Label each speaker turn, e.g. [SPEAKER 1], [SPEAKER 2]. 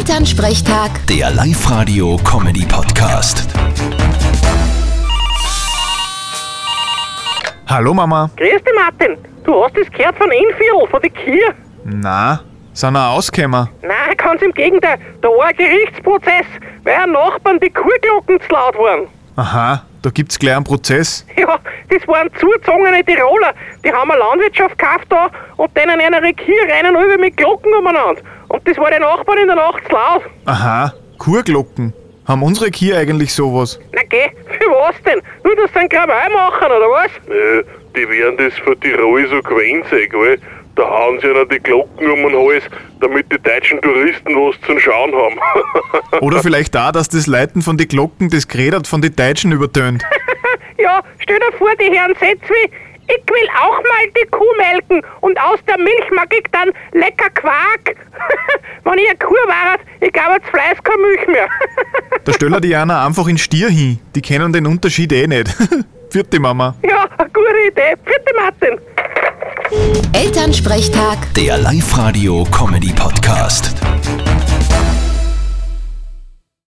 [SPEAKER 1] Elternsprechtag,
[SPEAKER 2] Der Live-Radio-Comedy-Podcast.
[SPEAKER 3] Hallo Mama.
[SPEAKER 4] Grüß dich, Martin. Du hast es gehört von Inviertel, von der Kier.
[SPEAKER 3] Na, sind wir ausgekommen?
[SPEAKER 4] Nein, ganz im Gegenteil. Da war ein Gerichtsprozess, weil ein Nachbarn die Kuhglocken zu laut waren.
[SPEAKER 3] Aha, da gibt's gleich einen Prozess.
[SPEAKER 4] Ja, das waren zugezogene Tiroler. Die haben eine Landwirtschaft gekauft da und denen einer Kier rennen über mit Glocken umeinander. Und das war der Nachbarn in der Nacht zu laut.
[SPEAKER 3] Aha, Kurglocken. Haben unsere Kier eigentlich sowas?
[SPEAKER 4] Na geh, für was denn? Nur, dass sie einen Krawall machen, oder was?
[SPEAKER 5] Äh, die werden das für Tirol so gewöhnt sein, gell? Da hauen sie ihnen die Glocken um den Hals, damit die deutschen Touristen was zum Schauen haben.
[SPEAKER 3] Oder vielleicht da, dass das Leiten von den Glocken das Gredert von den Deutschen übertönt.
[SPEAKER 4] Ja, stell dir vor, die Herren Sätze wie, ich will auch mal die Kuh melken und aus der Milch mag ich dann lecker Quark. Wenn ich eine Kuh war, ich gab jetzt Fleiß keine Milch mehr.
[SPEAKER 3] Da stellen die einer einfach in Stier hin. Die kennen den Unterschied eh nicht. Vierte Mama.
[SPEAKER 4] ja, eine gute Idee. Vierte Martin.
[SPEAKER 1] Elternsprechtag.
[SPEAKER 2] Der Live-Radio-Comedy-Podcast.